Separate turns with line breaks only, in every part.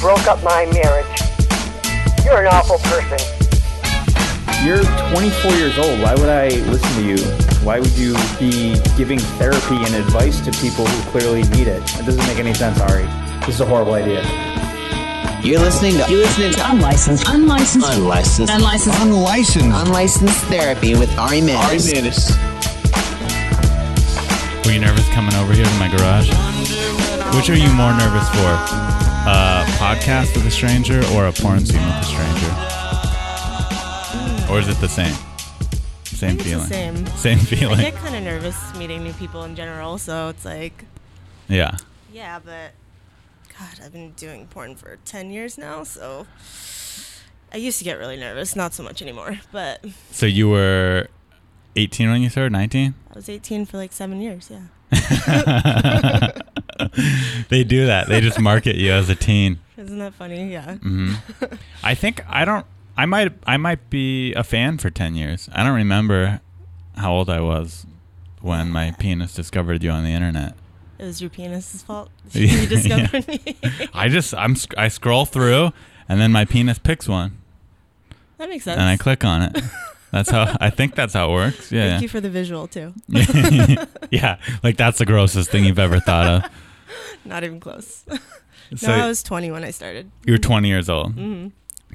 broke up my marriage. You're an awful person.
You're 24 years old. Why would I listen to you? Why would you be giving therapy and advice to people who clearly need it? It doesn't make any sense, Ari. This is a horrible idea.
You're listening to You're listening to
Unlicensed. Unlicensed.
Unlicensed
Unlicensed.
Unlicensed.
Unlicensed Therapy with Ari Manis.
Were you nervous coming over here to my garage? Which are you more nervous for? A podcast with a stranger or a porn scene with a stranger? Or is it the same? Same
think
feeling.
it's the
Same feeling.
I get kind of nervous meeting new people in general, so it's like,
yeah.
yeah, but God, I've been doing porn for 10 years now, so I used to get really nervous, not so much anymore, but
So you were 18 when you started, 19?
I was 18 for like seven years, yeah.
They do that. They just market you as a teen.
Isn't that funny? Yeah.
Mm. I think I don't. I might. I might be a fan for ten years. I don't remember how old I was when my penis discovered you on the internet.
It was your penis's fault.
Yeah,
you discovered me.
I just I'm sc- I scroll through and then my penis picks one
that makes sense.
and I click on it. That's how I think that's how it works. Yeah.
Thank you for the visual, too.
yeah. Like that's the grossest thing you've ever thought of.
Not even close.
So
no, I was Mm-hmm. 20 when I started.
you were 20 years old.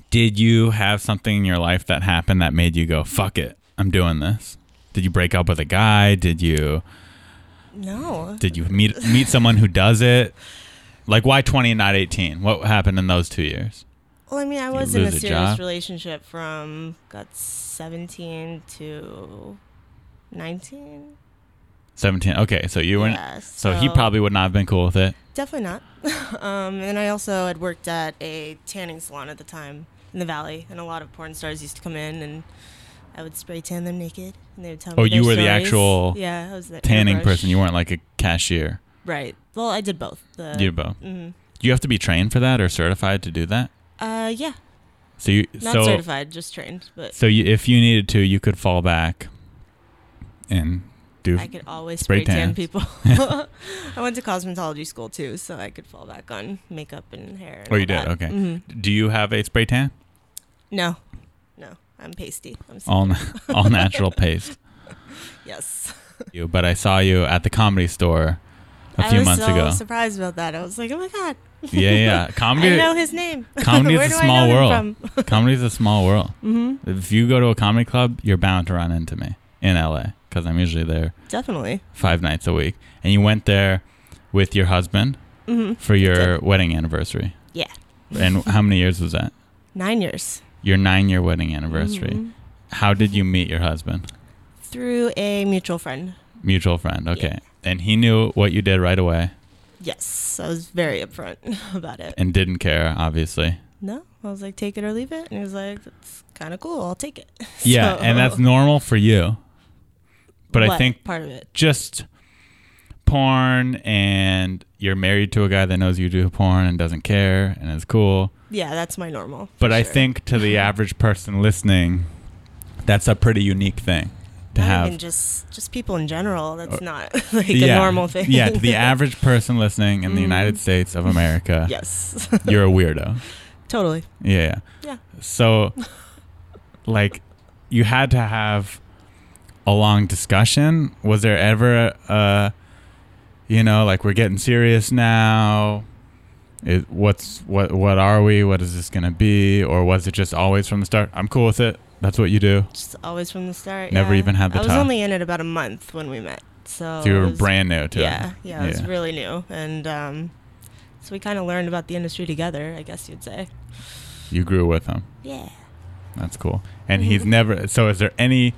Did you have something in your life that happened that made you go fuck it? I'm doing this. Did you break up with a guy? Did you
No.
Did you meet meet someone who does it? Like why twenty and not eighteen? What happened in those two years?
Well, I mean, I
you
was in a
lose a
serious
job?
relationship from got 17 to 19.
Seventeen. Okay, so you weren't.
Yeah,
so, he
so-
probably would not have been cool with it.
Definitely not. um, and I also had worked at a tanning salon at the time in the valley, and a lot of porn stars used to come in, and I would spray tan them naked, and they would tell
Oh,
me.
you
their
were the
stories.
actual
yeah, I was the
Tanning
airbrush.
person. You weren't like a cashier.
right. Well, I did both. The,
you both.
Mm-hmm.
Do you have to be trained for that or certified to do that?
Uh, yeah,
So you
not
so
certified, just trained, but
so you, if you needed to, you could fall back and do.
I could always
Spray
spray,
tans.
tan people. I went to cosmetology school too, so I could fall back on makeup and hair. and
oh, you
all
did.
that.
Okay.
Mhm.
Do you have a spray tan?
No, no, I'm pasty. I'm s-
All na- all natural paste.
yes.
You, but I saw you at the comedy store a
I
few
was
months
so
ago.
surprised about that. I was like, oh my god,
Yeah, yeah. Comedy.
I know his name.
Comedy
Where
is a
do I
small
know him
world.
from?
Comedy is a small world. Mm-hmm. If you go to a comedy club, you're bound to run into me in LA because I'm usually there
Definitely.
five nights a week. And you went there with your husband
Mm-hmm.
for your wedding anniversary.
Yeah.
And how many years was that?
Nine years
Your nine year wedding anniversary.
Mm-hmm.
How did you meet your husband?
through a mutual friend.
Mutual friend. Okay. And he knew what you did right away
Yes, I was very upfront about it.
and didn't care, obviously.
No, I was like, take it or leave it, and he was like, that's kind of cool. I'll take it.
Yeah.
So-
And that's normal for you. But I
What
think
part of it.
just porn and you're married to a guy that knows you do porn and doesn't care and is cool.
Yeah, that's my normal.
But
for
I
sure.
think to the average person listening, that's a pretty unique thing to
Not
have.
even just just people in general. That's not like
yeah.
a normal thing. Mm-hmm.
yeah, to the average person listening in the United States of America,
yes,
you're a weirdo.
totally.
Yeah.
Yeah.
So, like, you had to have a long discussion. Was there ever a, you know, like we're getting serious now? It, what's what? What are we? What is this gonna be? Or was it just always from the start? I'm cool with it. That's what you do.
Just always from the start.
Never
yeah.
even had the
I was
talk.
only in it about a month when we met, so,
So you
Oh, it
were
was-
brand new to
Yeah,
it.
yeah, it was really new, and um, so we kind of learned about the industry together. I guess you'd say.
you grew with him.
Yeah.
That's cool. And
Mm-hmm.
he's never. So is there any,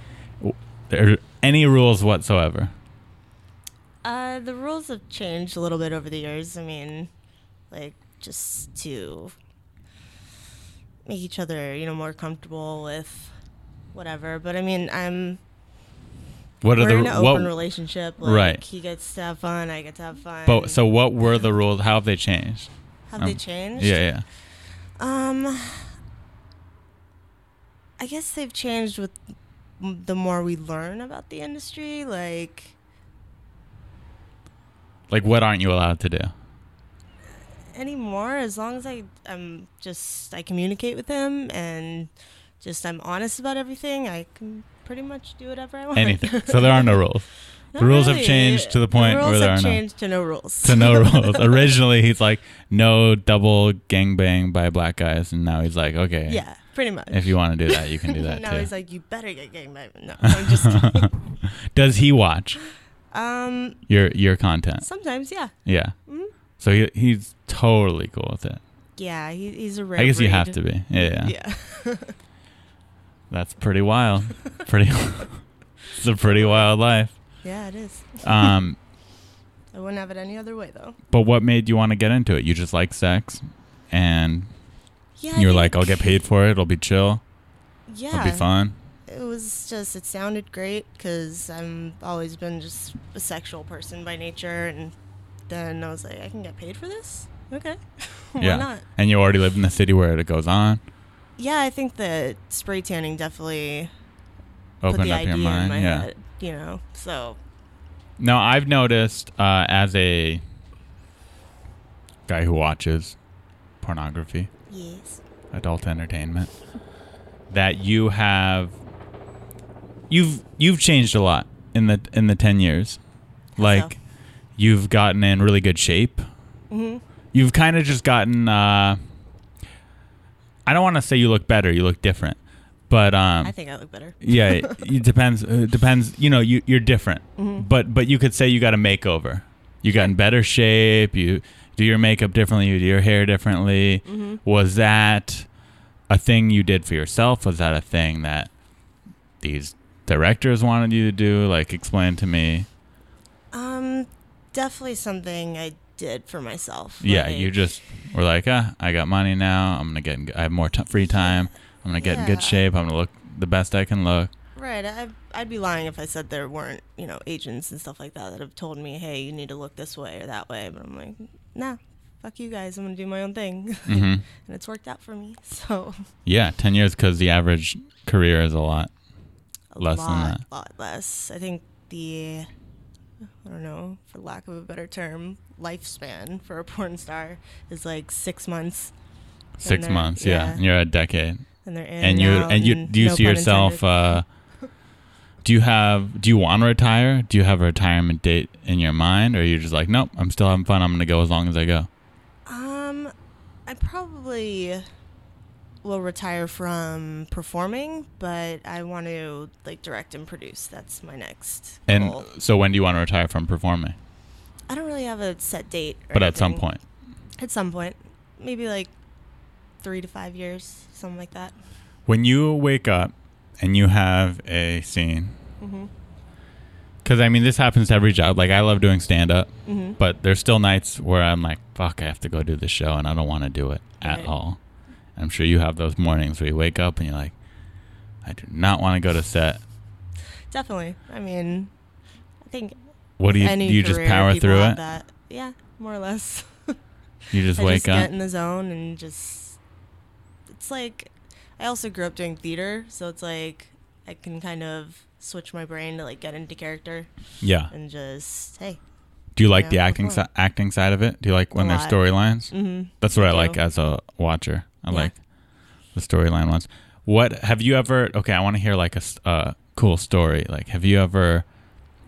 there any rules whatsoever?
Uh, the rules have changed a little bit over the years. I mean, like just to make each other, you know, more comfortable with whatever. But I mean, I'm
What are
we're
the
in an
what,
open relationship. Like,
Right.
He gets to have fun. I get to have fun.
But so, what were the rules? How have they changed?
have they
um,
changed?
Yeah, yeah.
Um, I guess they've changed with m- the more we learn about the industry. Like,
Like, what aren't you allowed to do?
anymore. As long as I, I'm just I communicate with him and just I'm honest about everything. I can pretty much do whatever I want.
Anything. So there are no rules.
Not
the rules have
really.
changed to the point
rules
where there
have
are no
changed to no rules.
to no rules. Originally, he's like no double gangbang by black guys, and now he's like, okay,
yeah, pretty much.
if you want to do that, you can do that
now
too.
he's like, you better get gang bang. No, I'm just kidding.
Does he watch
um,
your your content?
sometimes, yeah,
Yeah.
Mm-hmm.
So he he's totally cool with it.
yeah. He, he's a rare.
I guess you have
breed.
to be. Yeah.
Yeah.
That's pretty wild. Pretty. it's a pretty wild life.
yeah, it is.
Um,
I wouldn't have it any other way though.
but what made you want to get into it? You just like sex, and
Yeah. I
you were
think-
like, "I'll get paid for it. It'll be chill.
Yeah.
It'll be fun."
It was just it sounded great because I'm always been just a sexual person by nature, and then I was like, I can get paid for this. Okay. Why
yeah.
not?
And you already live in the city where it goes on.
Yeah, I think that spray tanning definitely put
Opened
the
up
idea
your mind.
in my
yeah.
head. You know, so
No, I've noticed uh, as a guy who watches pornography,
yes.
adult entertainment, that you have you've you've changed a lot in the in the ten years. Like
so?
you've gotten in really good shape. You've kind of just gotten. Uh, I don't want to say you look better. You look different, but um,
I think I look better.
yeah, it, it depends. It depends. You know, you you're different, but but you could say you got a makeover. You got in better shape. You do your makeup differently. You do your hair differently. Was that a thing you did for yourself? Was that a thing that these directors wanted you to do? Like, explain to me.
Um, definitely something I did for myself.
yeah,
Like,
you just were like, ah, I got money now. I'm gonna get. In, I have more t- free time. I'm gonna get in
Yeah.
good shape. I'm gonna look the best I can look.
right. I, I'd be lying if I said there weren't you know agents and stuff like that that have told me, hey, you need to look this way or that way. But I'm like, nah, fuck you guys. I'm gonna do my own thing,
Mm-hmm.
and it's worked out for me. So
Yeah, ten years because the average career is a lot.
a
Less than
lot,
that.
lot less. I think the I don't know, for lack of a better term, lifespan for a porn star is like six months. and
Six
they're-
months, yeah. And You're a decade,
and they're in
and you
out,
and you
and
do you
no
see
pun
yourself?
intended.
Uh, do you have? Do you want to retire? Do you have a retirement date in your mind, or you're just like, nope, I'm still having fun. I'm gonna go as long as I go.
Um, I probably will retire from performing, but I want to like direct and produce. That's my next
And
goal.
so, when do you want to retire from performing?
I don't really have a set date. or
But at some
anything.
point,
At some point, maybe like three to five years, something like that.
when you wake up and you have a scene
Mm-hmm.
because i mean this happens to every job like i love doing stand up
Mm-hmm.
but there's still nights where i'm like fuck i have to go do the show and i don't want to do it at
Right.
all i'm sure you have those mornings where you wake up and you're like i do not want to go to set
Definitely. I mean, I think
what do you
any
do you just
career,
power
people
through
have
it
That. Yeah, more or less.
you just
I
wake
just
up
get in the zone and just it's like I also grew up doing theater, so it's like I can kind of switch my brain to like get into character
yeah
and just hey,
do you like
yeah,
the acting si-
perform.
acting side of it do you like when there's
lot.
storylines
mhm.
That's what I,
do.
like as a watcher. I
Yeah.
like the storyline ones. What have you ever? Okay, I want to hear like a s- uh, cool story. Like, have you ever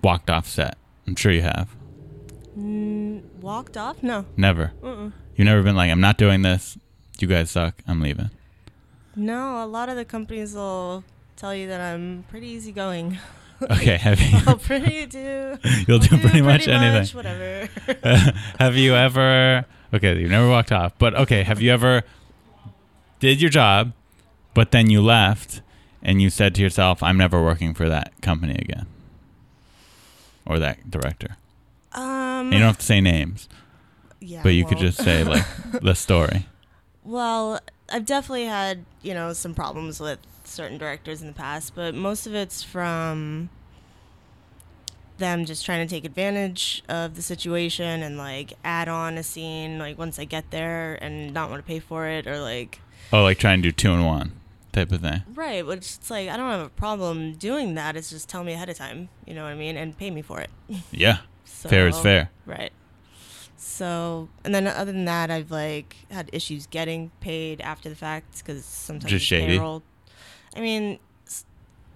walked off set? I'm sure you have.
walked off? No.
Never. You've never been like, I'm not doing this. You guys suck. I'm leaving.
No, a lot of the companies will tell you that I'm pretty easygoing.
Okay, have
I'll
you?
pretty do
You'll do pretty much anything.
whatever.
have you ever? Okay, you've never walked off, but okay, have you ever did your job, but then you left and you said to yourself, "I'm never working for that company again," or that director.
um
And you don't have to say names,
yeah,
but you could
well-
just say like the story.
Well, I've definitely had, you know, some problems with certain directors in the past, but most of it's from them just trying to take advantage of the situation and like add on a scene like once I get there and not want to pay for it or like
Oh, like try and do two in one type of thing.
right, which it's like I don't have a problem doing that. It's just tell me ahead of time, you know what I mean, and pay me for it.
Yeah,
So,
fair is fair.
Right. So, and then other than that, I've like had issues getting paid after the fact because sometimes
Just shady.
payroll. I mean, s-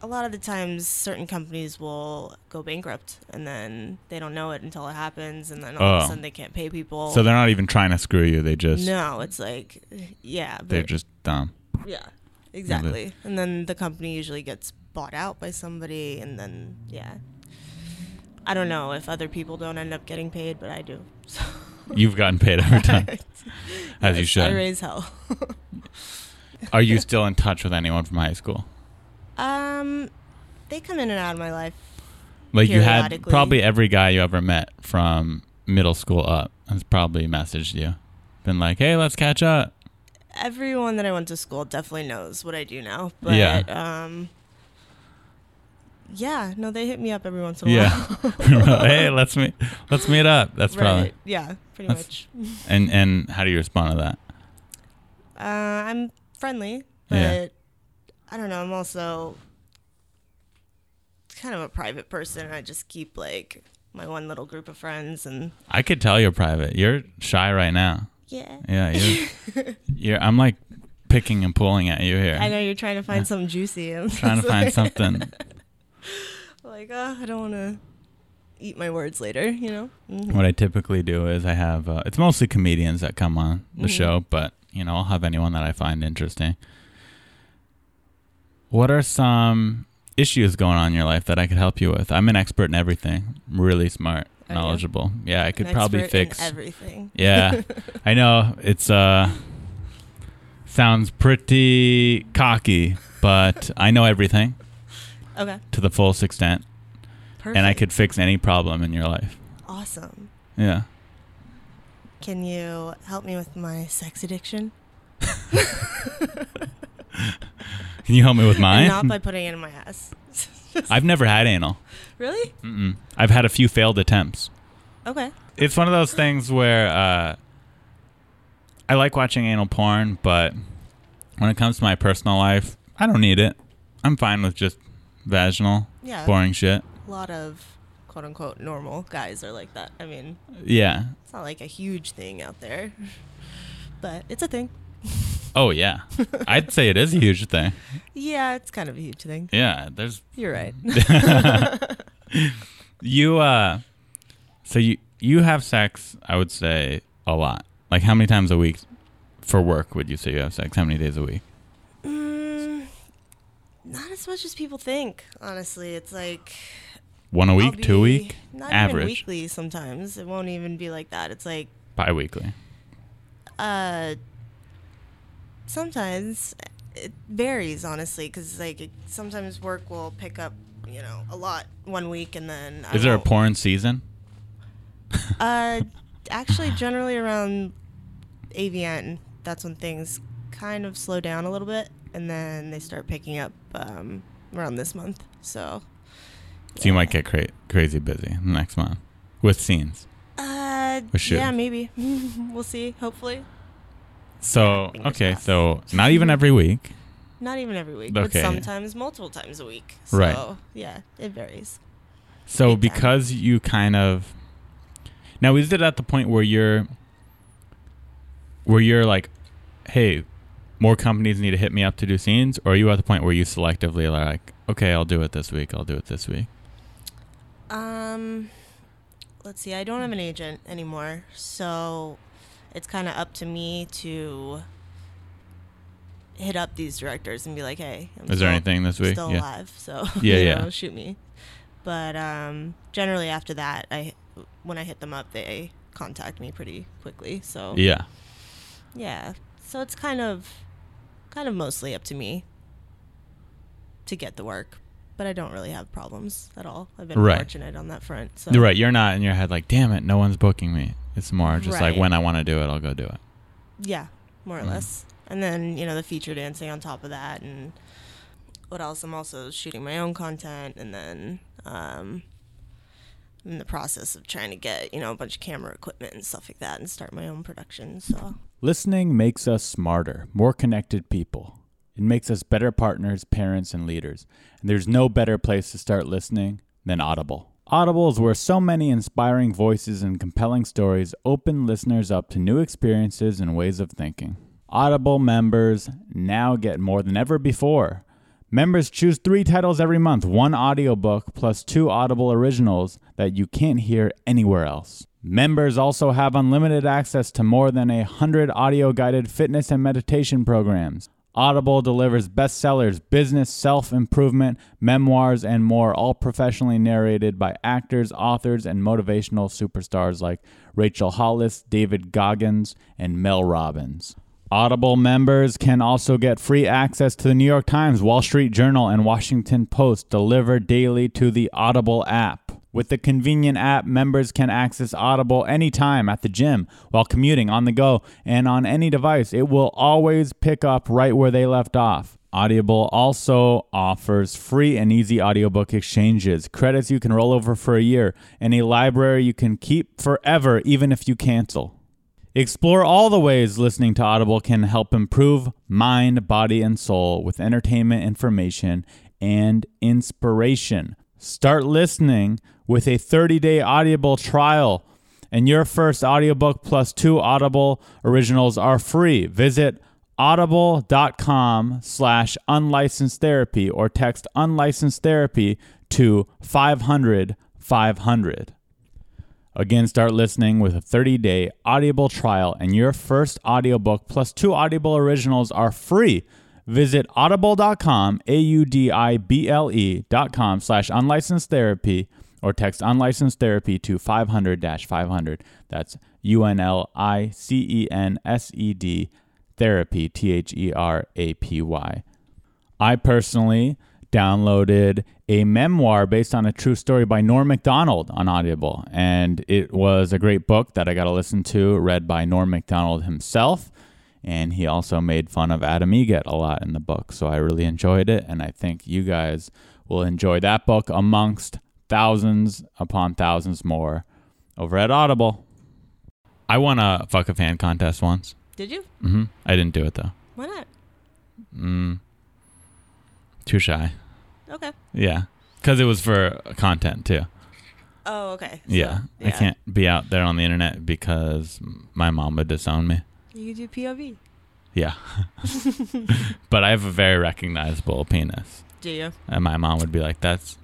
a lot of the times, certain companies will go bankrupt, and then they don't know it until it happens, and then all of
Oh.
a sudden they can't pay people.
So they're not even trying to screw you. They just
no, it's like, yeah, but
they're just dumb.
yeah, exactly. And then the company usually gets bought out by somebody, and then yeah. I don't know if other people don't end up getting paid, but I do. So
You've gotten paid every time, as you
I
should.
raise hell.
Are you still in touch with anyone from high school?
Um, they come in and out of my life.
Like you had
Periodically.
probably every guy you ever met from middle school up has probably messaged you, been like, "Hey, let's catch up."
Everyone that I went to school definitely knows what I do now. But
Yeah.
um Yeah, no, they hit me up every once in a
Yeah.
while.
hey, let's meet. Let's meet up. That's probably.
right. Yeah, pretty
That's-
much.
And and how do you respond to that?
Uh, I'm friendly, but
Yeah.
I don't know, I'm also kind of a private person and I just keep like my one little group of friends and
I could tell you're private. You're shy right now.
yeah.
Yeah, you're, you're. I'm like picking and pulling at you here,
I know you're trying to find something juicy. I'm
trying to
just
find
like-
something.
like, oh, I don't want to eat my words later, you know? Mhm.
What I typically do is I have. Uh, it's mostly comedians that come on
Mm-hmm.
the show, but you know I'll have anyone that I find interesting. What are some issues going on in your life that I could help you with? I'm an expert in everything. I'm really smart,
Are you?
knowledgeable. Yeah, I could
An
probably
expert in
fix
everything.
Yeah, I know it's uh sounds pretty cocky, but I know everything
Okay.
to the fullest extent,
Perfect.
and I could fix any problem in your life.
Awesome.
Yeah,
Can you help me with my sex addiction?
can you help me with
And
mine?
Not by putting it in my ass.
I've never had anal.
really?
Mm-mm. I've had a few failed attempts.
Okay.
It's one of those things where uh, I like watching anal porn, but when it comes to my personal life, I don't need it. I'm fine with just vaginal,
Yeah.
boring shit.
A lot of quote unquote normal guys are like that. I mean,
Yeah.
it's not like a huge thing out there, but it's a thing.
Oh yeah, I'd say it is a huge thing.
Yeah, it's kind of a huge thing.
Yeah, there's
You're right.
you. uh So you you have sex? I would say a lot. Like how many times a week for work would you say you have sex? How many days a week?
Mm, not as much as people think, honestly. It's like
One a
I'll
week, two a
be-
week,
not even
average,
weekly. Sometimes it won't even be like that. It's like
bi-weekly.
uh, sometimes it varies honestly because like it, sometimes work will pick up you know a lot one week and then I
Is there a
won't.
porn season?
Uh, actually, generally around AVN, that's when things kind of slow down a little bit, and then they start picking up um, around this month. So
So you might get cra- crazy busy next month with scenes.
Uh,
Or should.
yeah, maybe. we'll see. Hopefully,
So
fingers
okay,
crossed.
so not even every week.
not even every week, but
Okay.
sometimes multiple times a week. So,
Right.
Yeah, it varies.
So
Big time.
because you kind of now is it at the point where you're where you're like, hey, more companies need to hit me up to do scenes, or are you at the point where you selectively are like, okay, I'll do it this week, I'll do it this week.
Um, let's see. I don't have an agent anymore, so it's kind of up to me to hit up these directors and be like, "Hey, I'm
Is there anything this
I'm
week?"
Still
Yeah.
alive, so
Yeah,
you
yeah.
know, shoot me." But um, generally after that, I when I hit them up, they contact me pretty quickly. So
Yeah.
Yeah. So it's kind of kind of mostly up to me to get the work. But I don't really have problems at all. I've been
Right.
fortunate on that front. So
Right. You're not in your head like, damn it, no one's booking me. It's more just like
Right.
when I want to do it, I'll go do it.
Yeah, more or less. And then, you know, the feature dancing on top of that and what else? I'm also shooting my own content and then um I'm in the process of trying to get, you know, a bunch of camera equipment and stuff like that and start my own production. So
Listening makes us smarter, more connected people. It makes us better partners, parents, and leaders. And there's no better place to start listening than Audible. Audible is where so many inspiring voices and compelling stories open listeners up to new experiences and ways of thinking. Audible members now get more than ever before. Members choose three titles every month one audiobook plus two Audible originals that you can't hear anywhere else. Members also have unlimited access to more than a hundred audio guided fitness and meditation programs. Audible delivers bestsellers, business, self improvement, memoirs, and more, all professionally narrated by actors, authors, and motivational superstars like Rachel Hollis, David Goggins, and Mel Robbins. Audible members can also get free access to the New York Times, Wall Street Journal, and Washington Post delivered daily to the Audible app. With the convenient app, members can access Audible anytime at the gym, while commuting, on the go, and on any device. It will always pick up right where they left off. Audible also offers free and easy audiobook exchanges, credits you can roll over for a year, and a library you can keep forever even if you cancel. Explore all the ways listening to Audible can help improve mind, body, and soul with entertainment, information, and inspiration. Start listening with a 30 day Audible trial, and your first audiobook plus two Audible originals are free. Visit audible.com slash unlicensed therapy or text unlicensed therapy to 500 500. Again, start listening with a 30 day Audible trial, and your first audiobook plus two Audible originals are free. Visit audible.com, A U D I B L E.com slash unlicensed therapy or text unlicensed therapy to 500 500. That's U N L I C E N S E D therapy, T H E R A P Y. I personally downloaded a memoir based on a true story by Norm MacDonald on Audible. And it was a great book that I got to listen to, read by Norm MacDonald himself. And he also made fun of Adam Egett a lot in the book. So I really enjoyed it. And I think you guys will enjoy that book amongst thousands upon thousands more over at Audible. I won a fuck a fan contest once.
Did you?
hmm I didn't do it though.
Why not?
Too shy.
Okay.
Yeah. Because it was for content too.
Oh, okay. So,
Yeah. I can't be out there on the internet because my mom would disown me.
You do POV.
Yeah. but I have a very recognizable penis.
Do you?
And my mom would be like, that's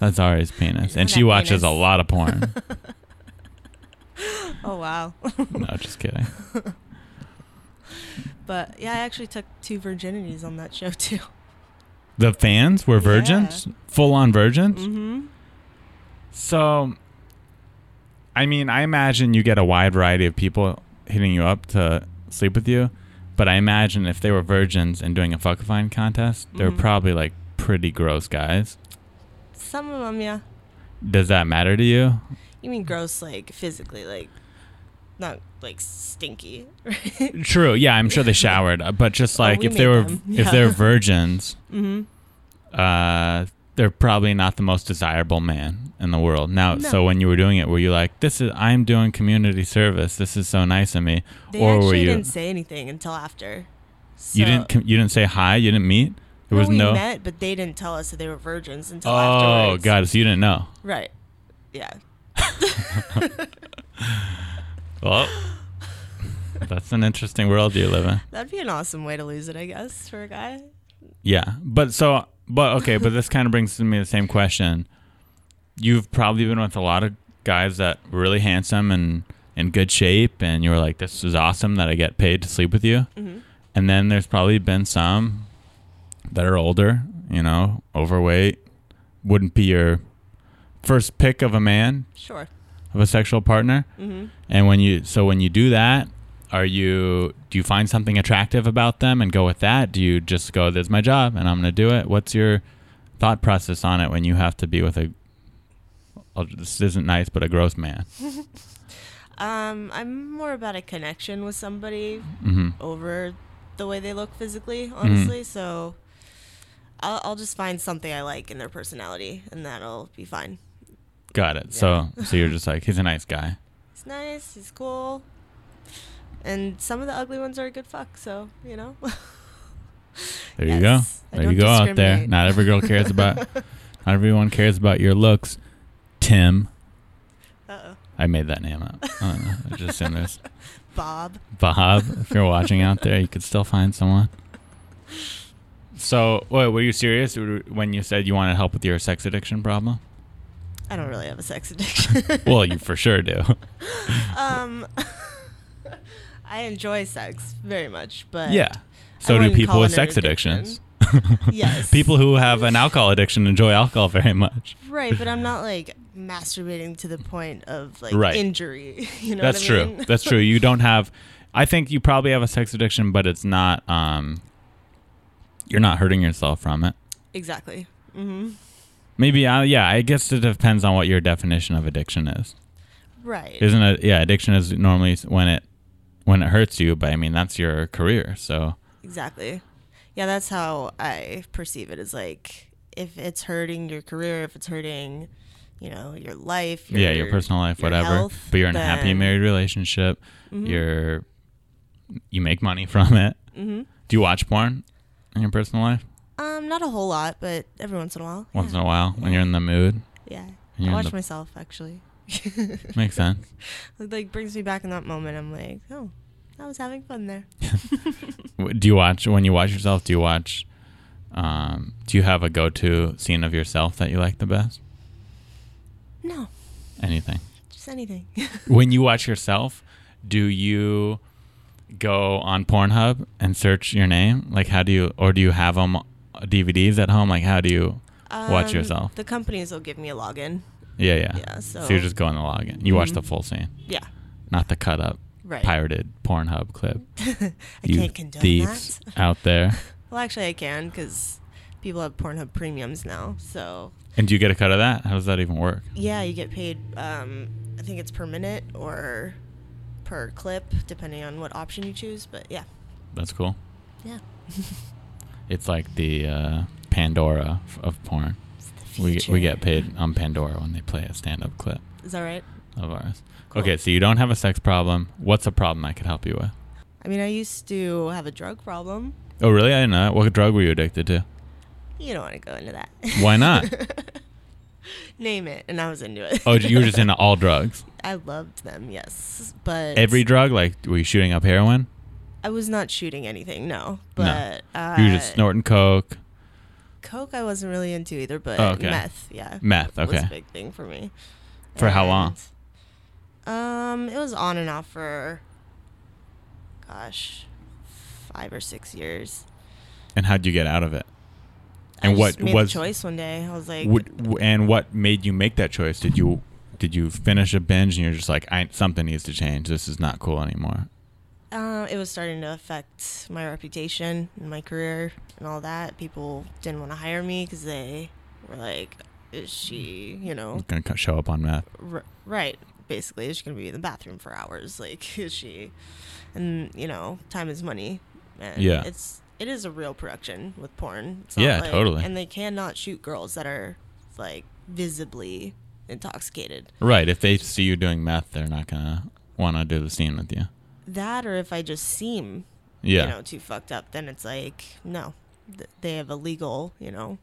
that's Ari's penis. And
That
she watches
penis.
a lot of porn.
Oh wow.
no, just kidding.
but yeah, I actually took two virginities on that show too.
The fans were virgins? Full on virgins?
Mm-hmm.
So, I mean, I imagine you get a wide variety of people hitting you up to sleep with you, but I imagine if they were virgins and doing a fuckifying contest, they're probably like pretty gross guys.
Some of them, yeah.
Does that matter to you?
You mean gross, like physically, like not like stinky, right?
True. Yeah, I'm sure they showered, uh, but just like
Oh, we
if they
made
were
them. Mm-hmm.
if they're
Yeah.
virgins, uh, they're probably not the most desirable man in the world. Now, so
No.
when you were doing it, were you like, "This is I'm doing community service. This is so nice of me,"
They actually didn't say anything until after. So,
You didn't. com- You didn't say hi. You didn't meet. There
Well,
was
we
no.
met, but they didn't tell us that they were virgins until
oh
afterwards.
god, so you didn't know.
Right. Yeah.
Well, that's an interesting world you live in.
That'd be an awesome way to lose it, I guess, for a guy.
Yeah, but so, but okay, but this kind of brings to me the same question. You've probably been with a lot of guys that were really handsome and in good shape, and you were like, "This is awesome that I get paid to sleep with you." And then there's probably been some that are older, you know, overweight, wouldn't be your first pick of a man,
Sure.
of a sexual partner.
Mm-hmm.
And when you so when you do that, are you do you find something attractive about them and go with that? Do you just go, "This is my job, and I'm going to do it"? What's your thought process on it when you have to be with a oh, this isn't nice, but a gross man?
Um, I'm more about a connection with somebody
Mm-hmm.
over the way they look physically, honestly. So I'll, I'll just find something I like in their personality, and that'll be fine.
Got it. So so you're just like, he's a nice guy.
He's nice. He's cool. And some of the ugly ones are a good fuck. So you know.
There you go.
Yes. I
There you
don't
go out there.
discriminate.
Not every girl cares about. not everyone cares about your looks. Tim.
Uh-oh.
I made that name up. I don't know. I just assumed there's
Bob.
Bob. If you're watching out there, you could still find someone. So, wait, were you serious when you said you wanted help with your sex addiction problem?
I don't really have a sex addiction.
Well, you for sure do.
um, I enjoy sex very much, but
Yeah. So do
wouldn't
people
call
with
it an
sex
addiction.
addictions.
Yes.
people who have an alcohol addiction enjoy alcohol very much.
Right, but I'm not like masturbating to the point of like
Right.
injury. You know
That's
what I
true.
mean?
That's true. You don't have. I think you probably have a sex addiction, but it's not. Um, you're not hurting yourself from it.
exactly. hmm
Maybe. Uh, yeah. I guess it depends on what your definition of addiction is.
Right.
Isn't it? Yeah. Addiction is normally s- when it when it hurts you, but I mean that's your career. So
exactly. Yeah, that's how I perceive it. Is like if it's hurting your career, if it's hurting, you know, your life. Your,
yeah, your personal life,
your
whatever.
health,
but you're in a happy
then- Mm-hmm.
married relationship. You're you make money from it.
Mm-hmm.
Do you watch porn in your personal life?
Um, not a whole lot, but every once in a while.
Once
yeah.
in a while, when you're in the mood,
Yeah,
You're in
I watch
the-
myself actually.
makes sense.
It like brings me back in that moment. I'm like, oh, I was having fun there.
W- do you watch when you watch yourself do you watch um, do you have a go-to scene of yourself that you like the best
No,
anything
just anything.
when you watch yourself do you go on pornhub and search your name like how do you or do you have uh, them dvds at home like how do you watch
Um,
yourself
The companies will give me a login.
yeah yeah
yeah, so-
you just go on the login you watch the full scene
Yeah,
not the cut up
right.
pirated pornhub clip
I
you
can't condone
thieves
that.
out there
Well, actually, I can because people have Pornhub premiums now. So
and do you get a cut of that how does that even work
yeah, you get paid. Um, I think it's per minute or per clip, depending on what option you choose. But yeah,
that's cool
yeah.
It's like the uh, Pandora f- of porn. We, we get paid on Pandora when they play a stand up clip
Is that right?
of ours. Okay, so you don't have a sex problem. What's a problem I could help you with?
I mean, I used to have a drug problem.
Oh, really? I didn't know that. What drug were you addicted to?
You don't want to go into that.
Why not?
Name it, and I was into it.
oh, you were just into all drugs.
I loved them, yes, but
Every drug? Like, were you shooting up heroin?
I was not shooting anything, no. But uh,
you were just snorting coke.
Coke, I wasn't really into either, but
Oh, okay.
meth, yeah,
Meth,
was
okay.
a big thing for me.
For how long?
Um, it was on and off for, gosh, five or six years.
And how'd you get out of it?
I
And
just
what
made
was.
the choice one day? I was like,
Would, w- and what made you make that choice? Did you. Did you finish a binge and you're just like, I, something needs to change. This is not cool anymore.
Uh, it was starting to affect my reputation and my career and all that. People didn't want to hire me because they were like, "Is she, you know,
Gonna co- show up on meth.
r- right? Basically, is she gonna be in the bathroom for hours? Like, is she?" And you know, time is money. And
Yeah.
it's it is a real production with porn. It's
Yeah,
like-
totally.
And they cannot shoot girls that are like visibly intoxicated.
Right. If they see you doing meth, they're not gonna want to do the scene with you.
That, or if I just seem
Yeah.
you know too fucked up then it's like no Th- they have a legal you know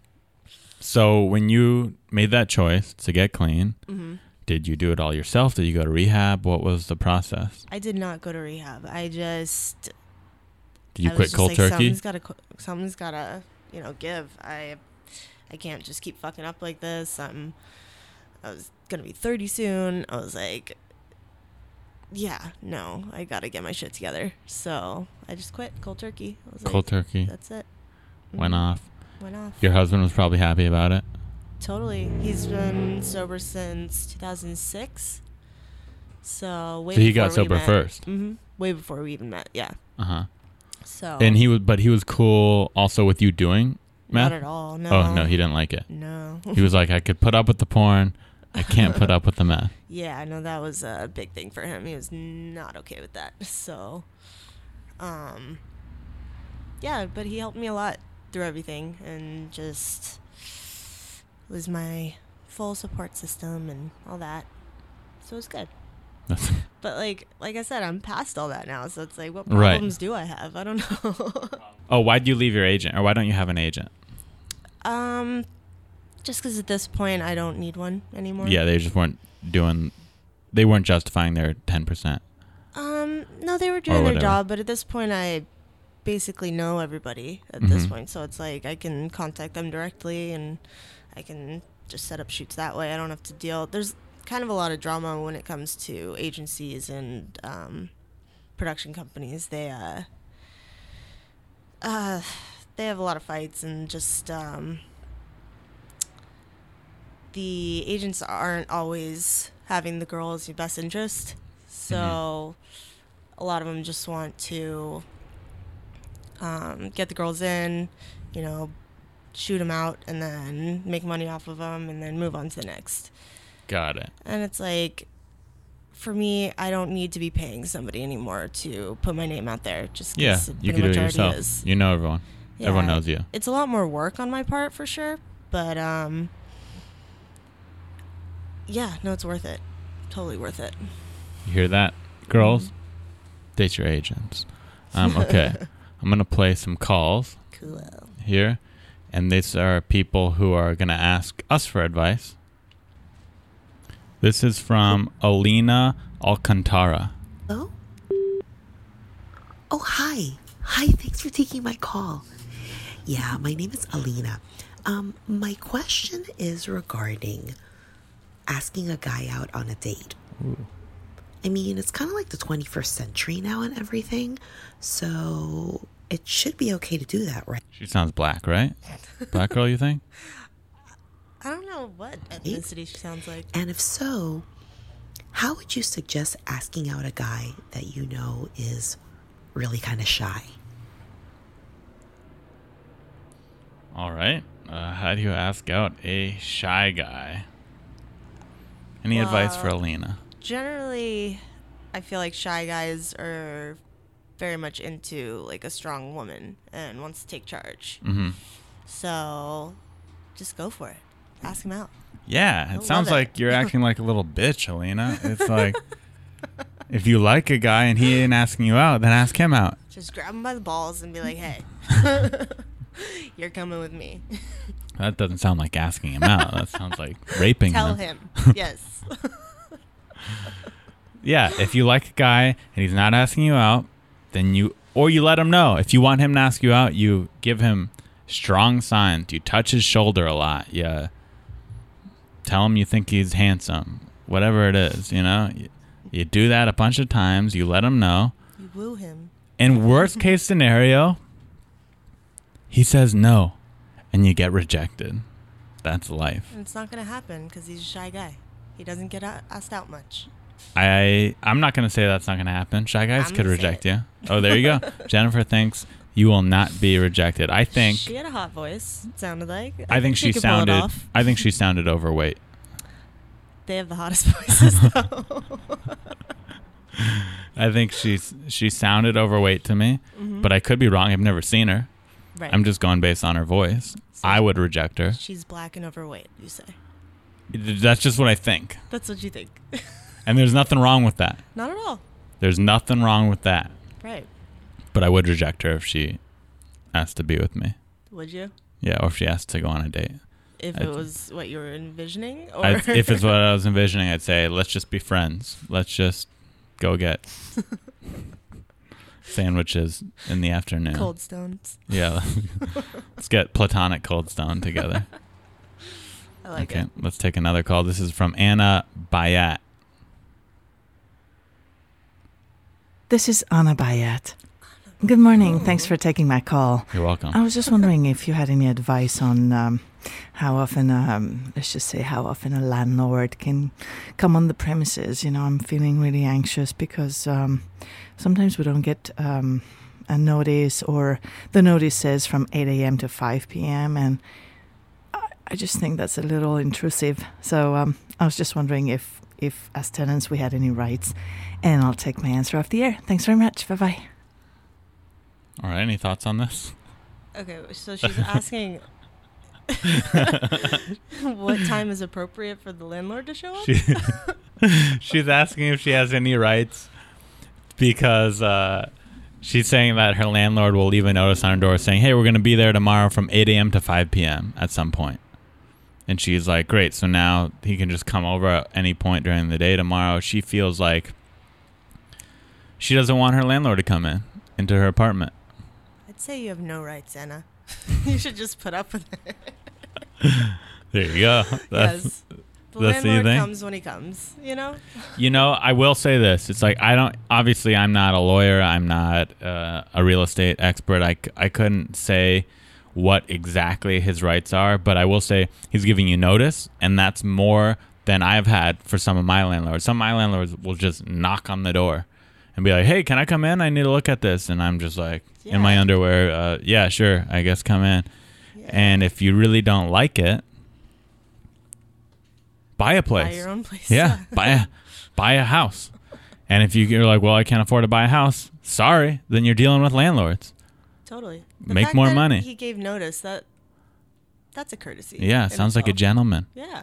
so when you made that choice to get clean,
Mm-hmm.
did you do it all yourself? Did you go to rehab? What was the process?
i did not go to rehab i just
Did you
I was
quit
just
cold
like,
turkey?
something's gotta co- something's gotta you know give i i can't just keep fucking up like this i'm i was gonna be 30 soon i was like yeah no i gotta get my shit together so i just quit cold turkey I was like,
Cold turkey
that's it
went off.
went off
Your husband was probably happy about it.
Totally. He's been sober since 2006. So way
So he
before
got sober
we met.
first.
hmm Way before we even met. Yeah.
Uh huh.
So
And he was, but he was cool also with you doing meth.
not at all. No.
Oh no, he didn't like it.
No.
He was like, I could put up with the porn. I can't put up with the meth.
yeah, I know that was a big thing for him. He was not okay with that. So, um, yeah, but he helped me a lot through everything and just was my full support system and all that. So it was good.
That's,
But like like I said, I'm past all that now. So it's like what
Right.
problems do I have? I don't know.
oh, why'd you leave your agent, or why don't you have an agent?
um Just because at this point I don't need one anymore.
Yeah, they just weren't doing. They weren't justifying their ten percent.
Um, no, they were doing their
whatever.
job, but at this point I basically know everybody at this point, so it's like I can contact them directly and I can just set up shoots that way. I don't have to deal. There's kind of a lot of drama when it comes to agencies and um, production companies. They uh, uh, they have a lot of fights and just um, the agents aren't always having the girls' best interest. So a lot of them just want to um, get the girls in, you know, shoot them out, and then make money off of them, and then move on to the next.
Got it.
And it's like, for me, I don't need to be paying somebody anymore to put my name out there. Just 'cause
Yeah,
it
you
pretty
can do
much
it
already
yourself.
is.
You know everyone. Everyone
Yeah.
knows you.
It's a lot more work on my part for sure, but um, yeah, no, it's worth it. Totally worth it.
You hear that, girls? Date your agents. Um, okay, I'm gonna play some calls
Cool.
here, and these are people who are gonna ask us for advice. This is from Alina Alcantara.
Hello? Oh, hi. Hi, thanks for taking my call. Yeah, my name is Alina. Um, my question is regarding asking a guy out on a date. I mean, it's kind of like the 21st century now and everything, so it should be okay to do that, right?
She sounds black, right? Black girl, you think?
I don't know what ethnicity she sounds like.
And if so, how would you suggest asking out a guy that you know is really kind of shy?
All right. Uh, how do you ask out a shy guy? Any advice for Alina?
Generally, I feel like shy guys are very much into like a strong woman and wants to take charge. Mm-hmm. So, just go for it. Ask him out.
Yeah, it
I
sounds
love it.
like you're acting like a little bitch, Alina. It's like if you like a guy and he ain't asking you out, then ask him out.
Just grab him by the balls and be like, "Hey, you're coming with me."
That doesn't sound like asking him out. That sounds like raping
Tell
him.
him. Yes.
Yeah, if you like a guy and he's not asking you out, then you or you let him know. If you want him to ask you out, you give him strong signs. You touch his shoulder a lot. Yeah. Tell him you think he's handsome. Whatever it is, you know. You, you do that a bunch of times, you let him know.
You woo him.
In worst case scenario, he says no and you get rejected. That's life.
And it's not going to happen because he's a shy guy. He doesn't get a- asked out much.
I I'm not gonna say that's not gonna happen. Shy guys
I'm
could
gonna say
reject
it.
you. Oh, there you go. Jennifer thinks you will not be rejected. I think
She had a hot voice, it sounded like.
I think she,
could pull it
sounded
off.
I think she sounded overweight.
They have the hottest voices, though.
I think she's she sounded overweight to me,
Mm-hmm.
but I could be wrong. I've never seen her.
right.
I'm just going based on her voice. I would reject her.
She's black and overweight, you say.
That's just what I think.
That's what you think.
And there's nothing wrong with that.
Not at all.
There's nothing wrong with that.
Right.
But I would reject her if she asked to be with me.
Would you?
Yeah, or if she asked to go on a date.
If
I-
it was what you were envisioning? Or
I, if it's what I was envisioning, I'd say, let's just be friends. Let's just go get sandwiches in the afternoon.
cold stones.
Yeah. let's get platonic cold stone together.
I like
okay,
it.
let's take another call. This is from Anna Bayat.
This is Anna Bayat. Good morning. Thanks for taking my call.
You're welcome.
Um,
I was just wondering if you had any advice on um, how often, um, let's just say, how often a landlord can come on the premises. You know, I'm feeling really anxious because um, sometimes we don't get um, a notice, or the notice says from 8 a.m. to 5 p.m. and I, I just think that's a little intrusive. So um, I was just wondering if, if as tenants we had any rights, and I'll take my answer off the air. Thanks very much. Bye bye.
All right, any thoughts on this?
Okay, so she's asking what time is appropriate for the landlord to show up?
She, she's asking if she has any rights because uh, she's saying that her landlord will leave a notice on her door saying, "Hey, we're going to be there tomorrow from 8 a.m. to 5 p.m. at some point." And she's like, great. So now he can just come over at any point during the day tomorrow. She feels like she doesn't want her landlord to come in into her apartment.
I'd say you have no rights, Anna. you should just put up with it.
There you go. That's,
yes. The
that's the
landlord
thing?
comes when he comes, you know?
You know, I will say this. It's like, I don't, obviously, I'm not a lawyer. I'm not uh, a real estate expert. I, c- I couldn't say what exactly his rights are, but I will say he's giving you notice, and that's more than I've had for some of my landlords. Some of my landlords will just knock on the door and be like, hey, can I come in? I need to look at this. And I'm just like, in my
Yeah.
underwear, uh, yeah, sure, I guess come in. And if you really don't like it, buy a place.
Buy your own place.
Yeah, buy a buy a house. And if you, you're like, well, I can't afford to buy a house, sorry, then you're dealing with landlords.
Totally. The
Make
fact
more
that
money.
He gave notice that that's a courtesy.
Yeah,
in
sounds like a
itself.
gentleman.
Yeah.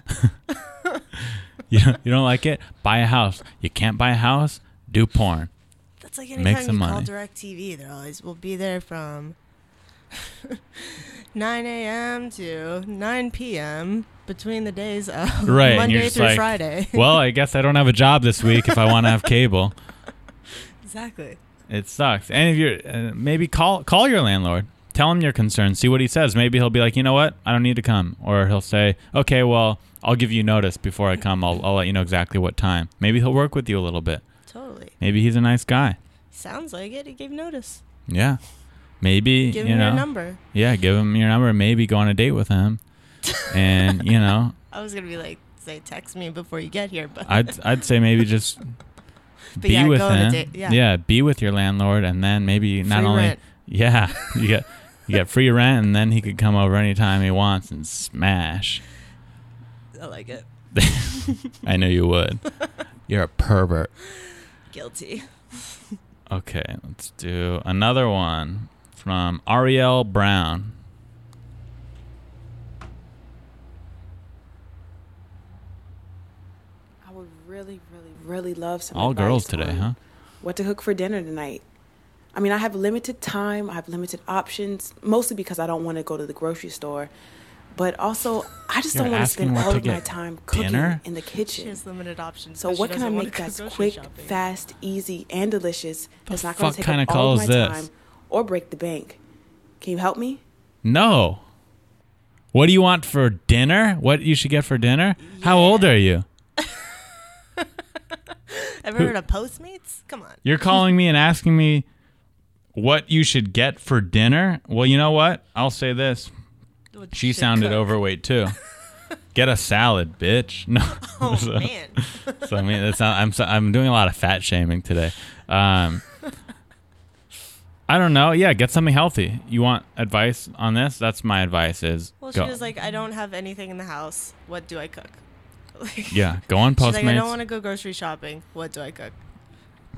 You don't, you don't like it? Buy a house. You can't buy a house? Do porn.
That's like
Make
anytime
some
you call
money.
Direct TV, they're always we'll be there from 9 a.m. to 9 p.m. between the days of
Right. and
Monday
you're just
through
like,
Friday.
well, I guess I don't have a job this week if I want to have cable.
exactly.
It sucks. And if you're uh, maybe call call your landlord, tell him your concerns, see what he says. Maybe he'll be like, you know what, I don't need to come, or he'll say, okay, well, I'll give you notice before I come. I'll I'll let you know exactly what time. Maybe he'll work with you a little bit.
Totally.
Maybe he's a nice guy.
Sounds like it. He gave notice.
Yeah. Maybe
Give
you
him
know.
your number.
Yeah, give him your number. Maybe go on a date with him, and you know,
I was gonna be like, say, text me before you get here, but
I'd I'd say maybe just
But
be
yeah,
with
go on a
him.
date. Yeah.
be with your landlord, and then maybe not
Free
only
rent.
yeah, you get you get free rent, and then he could come over anytime he wants and smash.
I like it.
I know you would. You're a pervert.
Guilty.
Okay, let's do another one from Ariel Brown.
I would really, really, really love some
All girls
advice
today,
on
huh?
What to cook for dinner tonight? I mean, I have limited time. I have limited options, mostly because I don't want to go to the grocery store, but also I just
You're
don't want to
asking
spend
what
all
to
of my
get
time cooking
dinner?
in the
She
kitchen.
has limited options.
So
but she
what can I
doesn't wanna
make
go
that's
grocery
quick,
shopping.
fast, easy, and delicious? That's not going
fuck
to take
kinda
up
call
all of
is
my
this?
time or break the bank. Can you help me?
No. What do you want for dinner? What you should get for dinner? How old are you?
Ever heard of Postmates? Come on.
You're calling me and asking me what you should get for dinner? Well, you know what? I'll say this.
What
She
you should
sounded
cook.
overweight too. Get a salad, bitch. No.
Oh man.
So I mean, that's not, I'm so, I'm doing a lot of fat shaming today. Um, I don't know. Yeah, get something healthy. You want advice on this? That's my advice. Is
Well,
go,
she was like, I don't have anything in the house. What do I cook? Like,
yeah, go on
She's
Postmates.
like, I don't want to go grocery shopping. What do I cook?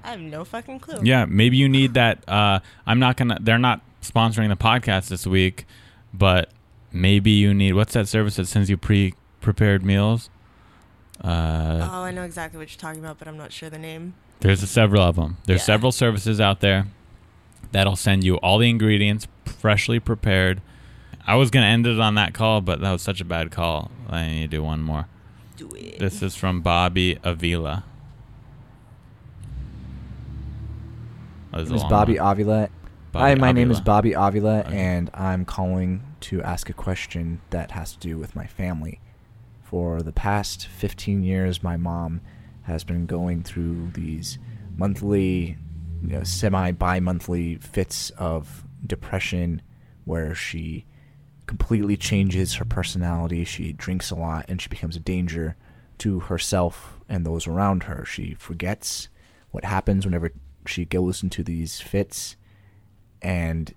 I have no fucking clue.
Yeah, maybe you need that. Uh, I'm not gonna. They're not sponsoring the podcast this week, but maybe you need. What's that service that sends you pre prepared meals? Uh,
Oh, I know exactly what you're talking about, but I'm not sure the name.
there's several of them. There's
Yeah.
several services out there that'll send you all the ingredients freshly prepared. I was gonna end it on that call, but that was such a bad call. I need to do one more.
Do it.
This is from Bobby Avila. Oh,
My
this is
name
a
is
long
Bobby
one.
Avila. Hi, my name is
Avila.
Bobby Avila,
Okay.
and I'm calling to ask a question that has to do with my family. For the past 15 years, my mom has been going through these monthly, you know, semi bi monthly fits of depression where she completely changes her personality. She drinks a lot and she becomes a danger to herself and those around her. She forgets what happens whenever she goes into these fits and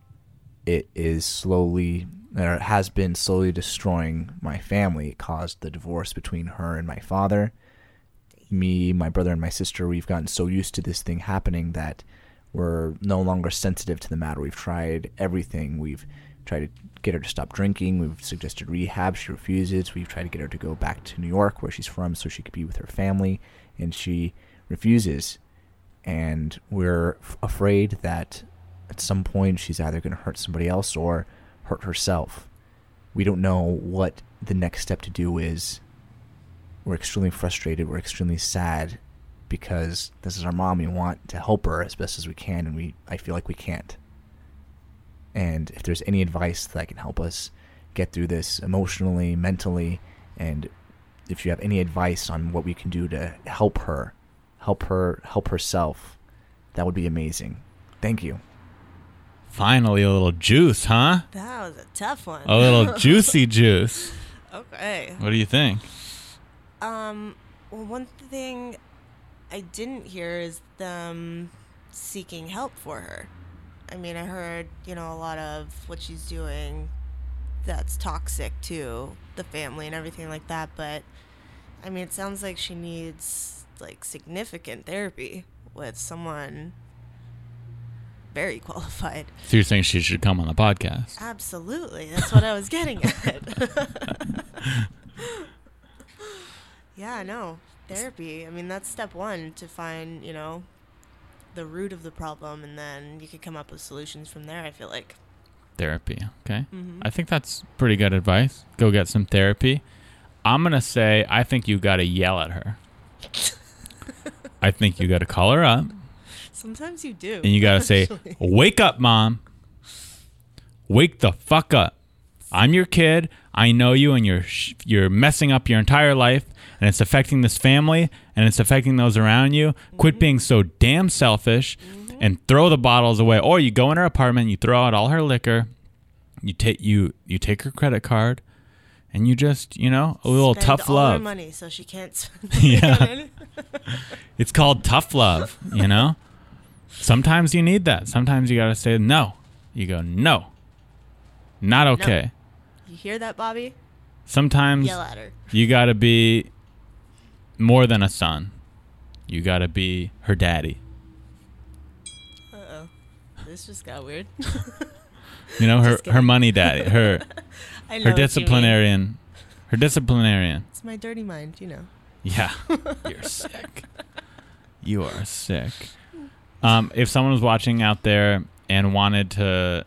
it is slowly or has been slowly destroying my family. It caused the divorce between her and my father. Me, my brother, and my sister, we've gotten so used to this thing happening that we're no longer sensitive to the matter. We've tried everything. We've tried to get her to stop drinking. We've suggested rehab. She refuses. We've tried to get her to go back to New York, where she's from, so she could be with her family, and she refuses and we're f- afraid that at some point she's either going to hurt somebody else or hurt herself. We don't know what the next step to do is we're extremely frustrated, we're extremely sad because this is our mom. We want to help her as best as we can, and we I feel like we can't. And if there's any advice that can help us get through this emotionally, mentally, and if you have any advice on what we can do to help her, help her, help herself, that would be amazing. Thank you.
Finally, a little juice, huh?
That was a tough one.
A little juicy juice.
Okay.
What do you think?
Um, well, one thing I didn't hear is them seeking help for her. I mean, I heard, you know, a lot of what she's doing that's toxic to the family and everything like that, but I mean, it sounds like she needs like significant therapy with someone very qualified.
So you're saying she should come on the podcast?
Absolutely. That's what I was getting at. yeah, no. Therapy. I mean, that's step one to find, you know, the root of the problem, and then you could come up with solutions from there, I feel like.
Therapy. Okay. I think that's pretty good advice. Go get some therapy. I'm going to say I think you got to yell at her. I think you got to call her up.
Sometimes you do.
and you gotta say,
actually.
"Wake up, mom! Wake the fuck up! I'm your kid. I know you, and you're sh- you're messing up your entire life, and it's affecting this family, and it's affecting those around you.
Mm-hmm.
Quit being so damn selfish, and throw the bottles away. Or you go in her apartment, you throw out all her liquor, you take you you take her credit card, and you just you know a little
Spend
tough
all Her
love.
money, so she can't. Spend
Yeah. it's called tough love, you know? Sometimes you need that. Sometimes you got to say no. You go, no, not okay.
you hear that, Bobby?
Sometimes
Yell at her.
you got to be more than a son, you got to be her daddy.
Uh oh. This just got weird.
You know, her,
Just
her
kidding.
money daddy, her, her
I know. what you mean.
disciplinarian, her disciplinarian.
It's my dirty mind, you know.
Yeah. You're sick. You are sick. Um, if someone was watching out there and wanted to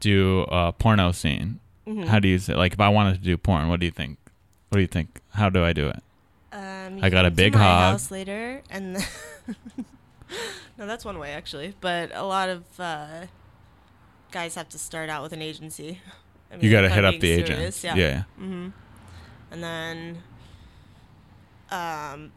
do a porno scene,
Mm-hmm.
how do you say like if I wanted to do porn, what do you think? What do you think? How do I do it?
Um, you
I got a
come to
big
my
hog.
House later, and then no, that's one way actually. But a lot of uh, guys have to start out with an agency. I mean,
you got to
if I'm
hit up
being
the agent.
serious,
yeah.
and then um,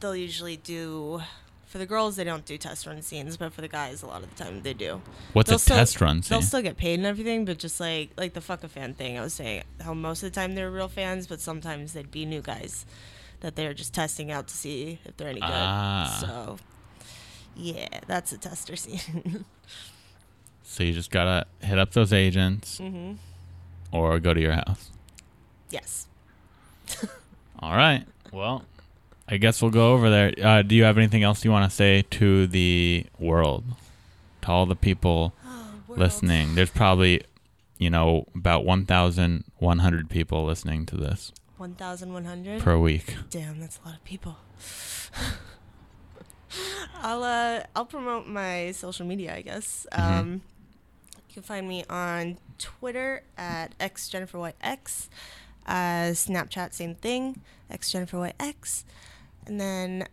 they'll usually do for the girls they don't do test run scenes but for the guys a lot of the time they do
What's
They'll
a
still-
test run
they'll
scene?
still get paid and everything but just like like the fuck a fan thing i was saying how most of the time they're real fans but sometimes they'd be new guys that they're just testing out to see if they're any good
Ah.
so yeah that's a tester scene
So you just got to hit up those agents
Mm-hmm.
or go to your house.
yes
All right. Well, I guess we'll go over there. Uh, do you have anything else you want to say to the world, to all the people listening? There's probably, you know, about 1,100 people listening to this
1100
per week.
Damn, that's a lot of people. I'll uh, I'll promote my social media, I guess. Um, you can find me on Twitter at xjenniferyx, uh, Snapchat same thing, xjenniferyx, and then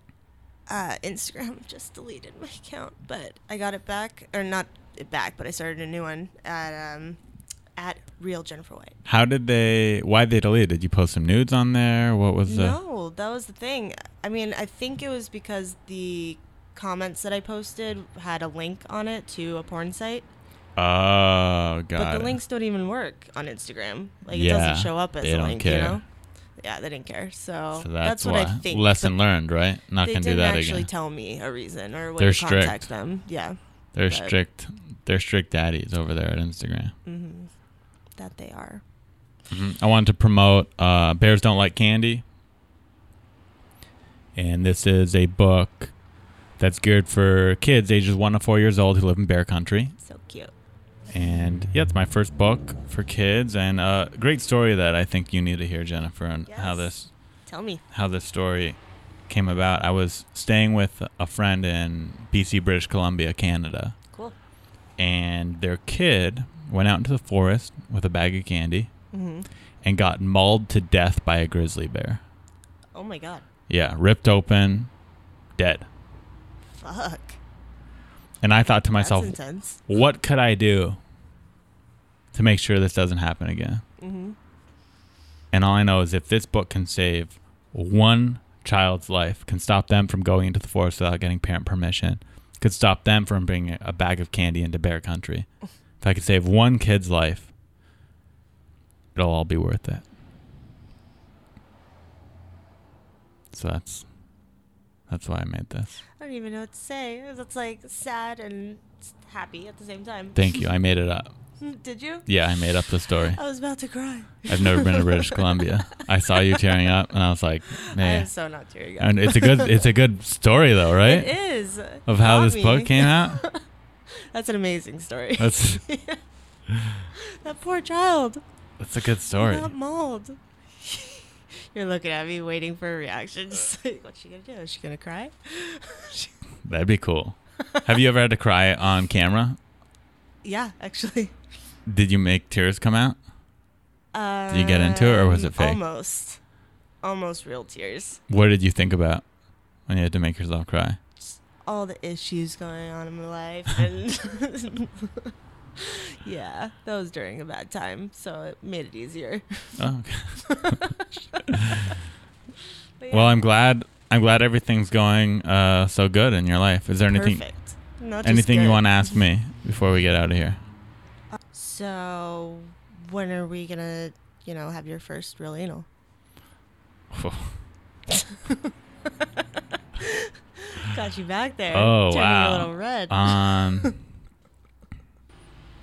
uh, Instagram just deleted my account, but I got it back, or not it back, but I started a new one at um, at real Jennifer White.
How did they, why they delete it? Did you post some nudes on there? What was the.
No, that was the thing. I mean, I think it was because the comments that I posted had a link on it to a porn site,
Oh, God.
but the links don't even work on Instagram. Like it
Yeah,
doesn't show up as
they
a
don't
link,
care.
you know? Yeah, they didn't care. So,
So that's,
what
why.
I think.
Lesson
but
learned, right? Not
They
going to do
didn't
that
actually
again.
tell me a reason or when
They're
to contact
strict.
them. Yeah,
They're
but-
strict. They're strict daddies over there at Instagram.
that they are.
I wanted to promote uh, Bears Don't Like Candy. And this is a book that's geared for kids ages one to four years old who live in bear country.
So cute.
And yeah, it's my first book for kids, and a great story that I think you need to hear, Jennifer, and how
Yes.
this
Tell me.
how this story came about. I was staying with a friend in BC, British Columbia, Canada,
Cool.
and their kid went out into the forest with a bag of candy
Mhm.
and got mauled to death by a grizzly bear.
Oh my god.
Yeah, ripped open, dead.
Fuck.
And I thought to
That's
myself,
intense.
what could I do to make sure this doesn't happen again?
Mhm.
And all I know is if this book can save one child's life, can stop them from going into the forest without getting parent permission, could stop them from bringing a bag of candy into bear country. If I could save one kid's life, it'll all be worth it. So that's that's why I made this.
I don't even know what to say. That's like sad and s- happy at the same time.
Thank you. I made it up.
Did you?
Yeah, I made up the story.
I was about to cry.
I've never been to British Columbia. I saw you tearing up, and I was like,
I
"Man,
am so not tearing up.
and it's a good it's a good story though, right?
It is.
Of how
Got
this
me.
book came out.
That's an amazing story.
That's
that poor child.
that's a good story.
Not mauled. You're looking at me, waiting for a reaction. Just like, what's she gonna do? Is she gonna cry?
That'd be cool. Have you ever had to cry on camera?
yeah, actually.
Did you make tears come out?
Uh,
you get into it, or was it fake?
Um, Almost, almost real tears.
What did you think about when you had to make yourself cry?
all the issues going on in my life and yeah that was during a bad time so it made it easier
Oh, okay.
But yeah,
well, I'm glad. I'm glad everything's going uh, so good in your life. Is there anything
perfect Not just
anything you
good.
want to ask me before we get out of here?
so when are we gonna you know have your first real anal got you back there
Oh,
Turning
wow.
a little red
Um,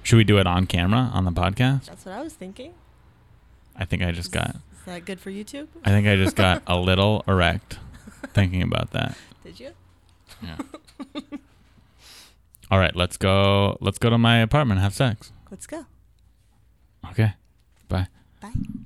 should we do it on camera on the podcast?
that's what i was thinking
I think I just got.
is that good for youtube
I think I just got a little erect thinking about that.
did you
Yeah. All right, let's go. Let's go to my apartment and have sex.
let's go
Okay. Bye.
bye